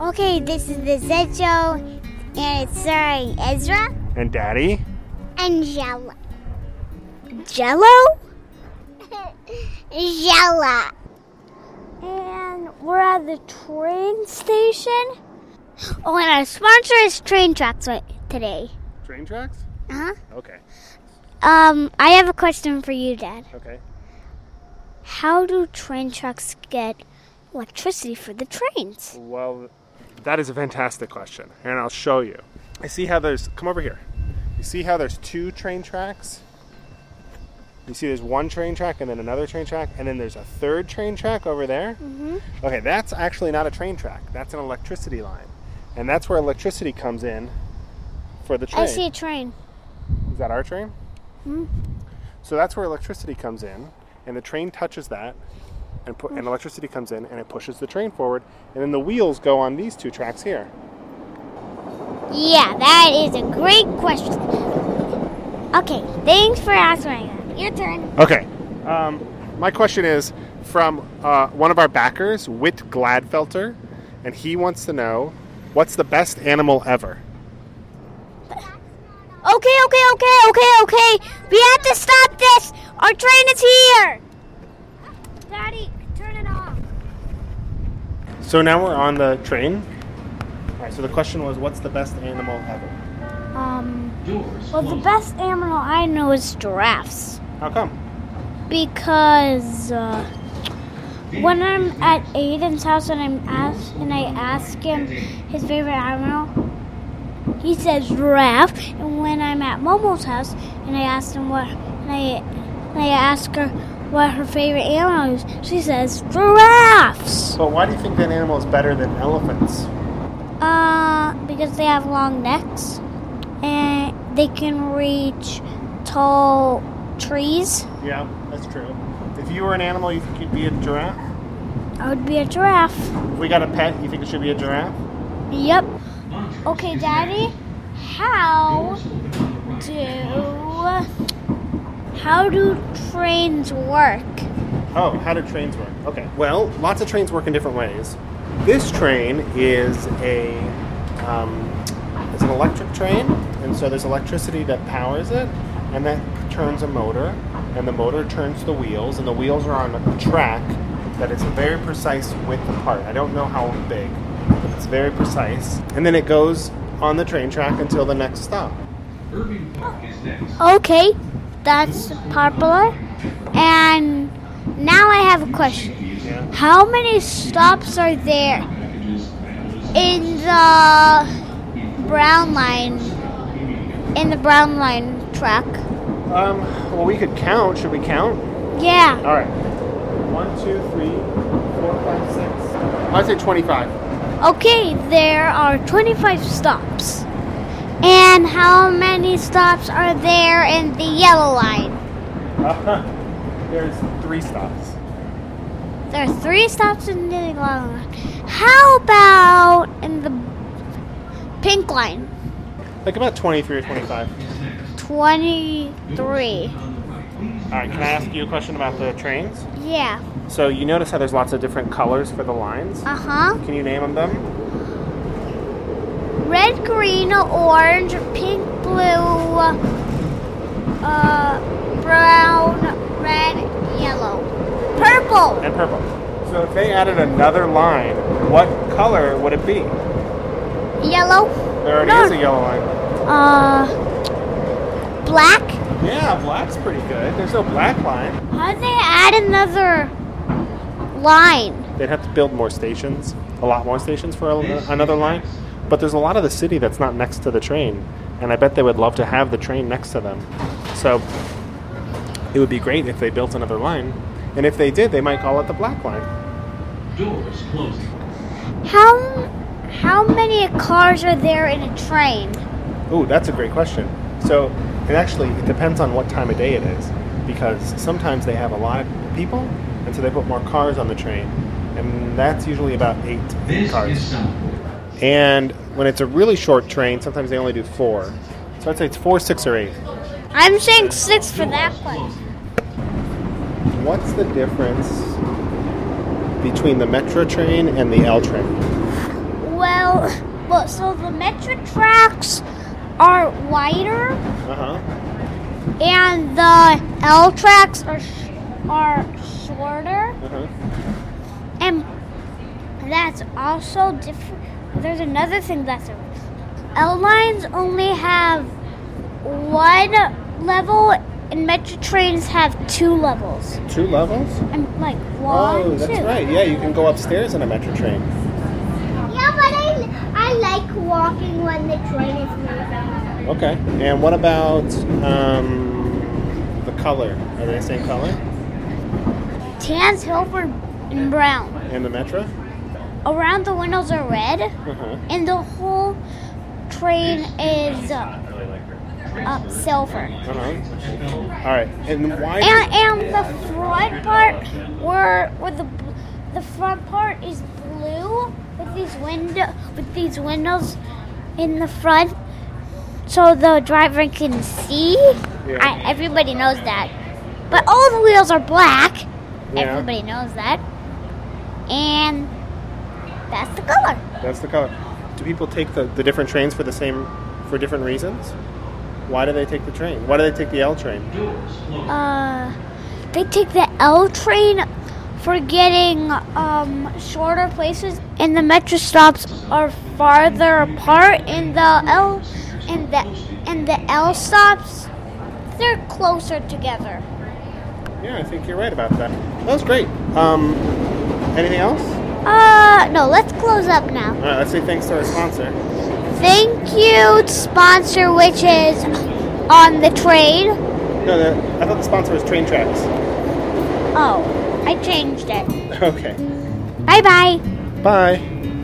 Okay, this is the Zed Show, and it's starring Ezra And Daddy? and Jella. Jello? Jella. And we're at the train station. Oh, and our sponsor is Train Tracks wi- today. Train tracks? Huh? Okay, Um, I have a question for you, Dad. okay. How do train trucks get electricity for the trains? Well, that is a fantastic question, and I'll show you. I see how there's, come over here. You see how there's two train tracks? You see there's one train track and then another train track, and then there's a third train track over there? Mm-hmm. Okay, that's actually not a train track, that's an electricity line. And that's where electricity comes in for the train. I see a train. Is that our train? Hmm. So that's where electricity comes in, and the train touches that, and, pu- and electricity comes in, and it pushes the train forward, and then the wheels go on these two tracks here. Yeah, that is a great question. Okay, thanks for answering that. Your turn. Okay. Um, my question is from uh, one of our backers, Whit Gladfelter, and he wants to know what's the best animal ever? Okay, okay, okay, okay, okay. We have to stop this. Our train is here. Daddy, turn it off. So now we're on the train. All right, so the question was what's the best animal ever? Um, well, the best animal I know is giraffes. How come? because uh, when I'm at Aiden's house and I'm asked and I ask him his favorite animal, he says giraffe. And when I'm at Momo's house and I ask him what and I and I ask her what her favorite animal is, she says giraffes. But why do you think that animal is better than elephants? Uh, because they have long necks and they can reach tall trees. Yeah, that's true. If you were an animal, you think you'd be a giraffe? I would be a giraffe. If we got a pet, you think it should be a giraffe? Yep. Okay, Daddy. How do how do trains work? Oh, how do trains work? Okay. Well, lots of trains work in different ways. This train is a um, it's an electric train, and so there's electricity that powers it, and that turns a motor, and the motor turns the wheels, and the wheels are on a track that is a very precise width apart. I don't know how big, but it's very precise, and then it goes on the train track until the next stop. Irving Park is next. Okay, that's popular. And now I have a question. Yeah. How many stops are there Packages, packages, in the brown line in the brown line track? Um, well, we could count. Should we count? Yeah. All right. One, two, three, four, five, six. I'd say 25. Okay, there are 25 stops. And how many stops are there in the yellow line? Uh, there's three stops. There are three stops in the yellow line. How about in the pink line? Like about 23 or 25. 23. All right, can I ask you a question about the trains? Yeah. So you notice how there's lots of different colors for the lines? Uh huh. Can you name them? Red, green, orange, pink, blue, uh, brown, red, yellow, purple. And purple. So if they added another line, what color would it be? Yellow, There already is a yellow line. uh, black, Yeah, black's pretty good. There's no black line. How'd they add another line? They'd have to build more stations, a lot more stations for a, another line. But there's a lot of the city that's not next to the train, and I bet they would love to have the train next to them. So it would be great if they built another line. And if they did, they might call it the Black Line. doors closing. How how many cars are there in a train? Ooh, that's a great question. So it actually it depends on what time of day it is, because sometimes they have a lot of people, and so they put more cars on the train, and that's usually about eight This cars. is Southport. And when it's a really short train, sometimes they only do four. So I'd say it's four, six, or eight. I'm saying six for that one. What's the difference between the metro train and the L train? Well, well, so the metric tracks are wider, Uh huh. and the L tracks are sh- are shorter, Uh huh. and that's also different. There's another thing that's different. L lines only have one level, and metro trains have two levels. Two levels. I'm like one, Oh, that's two. right. Yeah, you can go upstairs in a metro train. Yeah, but I, I like walking when the train is moving. Okay. And what about um, the color? Are they the same color Tans, Hilford, and Brown. in the metro? Around the windows are red, Uh huh. and the whole train is uh, uh, silver. Uh huh. All right. And why? And and the front part where where the bl- the front part is blue with these window with these windows in the front, so the driver can see. Yeah. I, everybody knows that, but all the wheels are black. yeah, Everybody knows that, and that's the color. that's the color. Do people take the, the different trains for the same for different reasons? Why do they take the train? Why do they take the L train? Doors closing. Uh, they take the L train for getting um, shorter places, and the metro stops are farther apart. And the L and the and the L stops, they're closer together. Yeah, I think you're right about that. That was great. Um, anything else? Uh, no, let's close up now. All right. Let's say thanks to our sponsor. Thank you, sponsor, which is on the train. No, the, I thought the sponsor was Train Tracks. Oh, I changed it. Okay. Bye bye. Bye.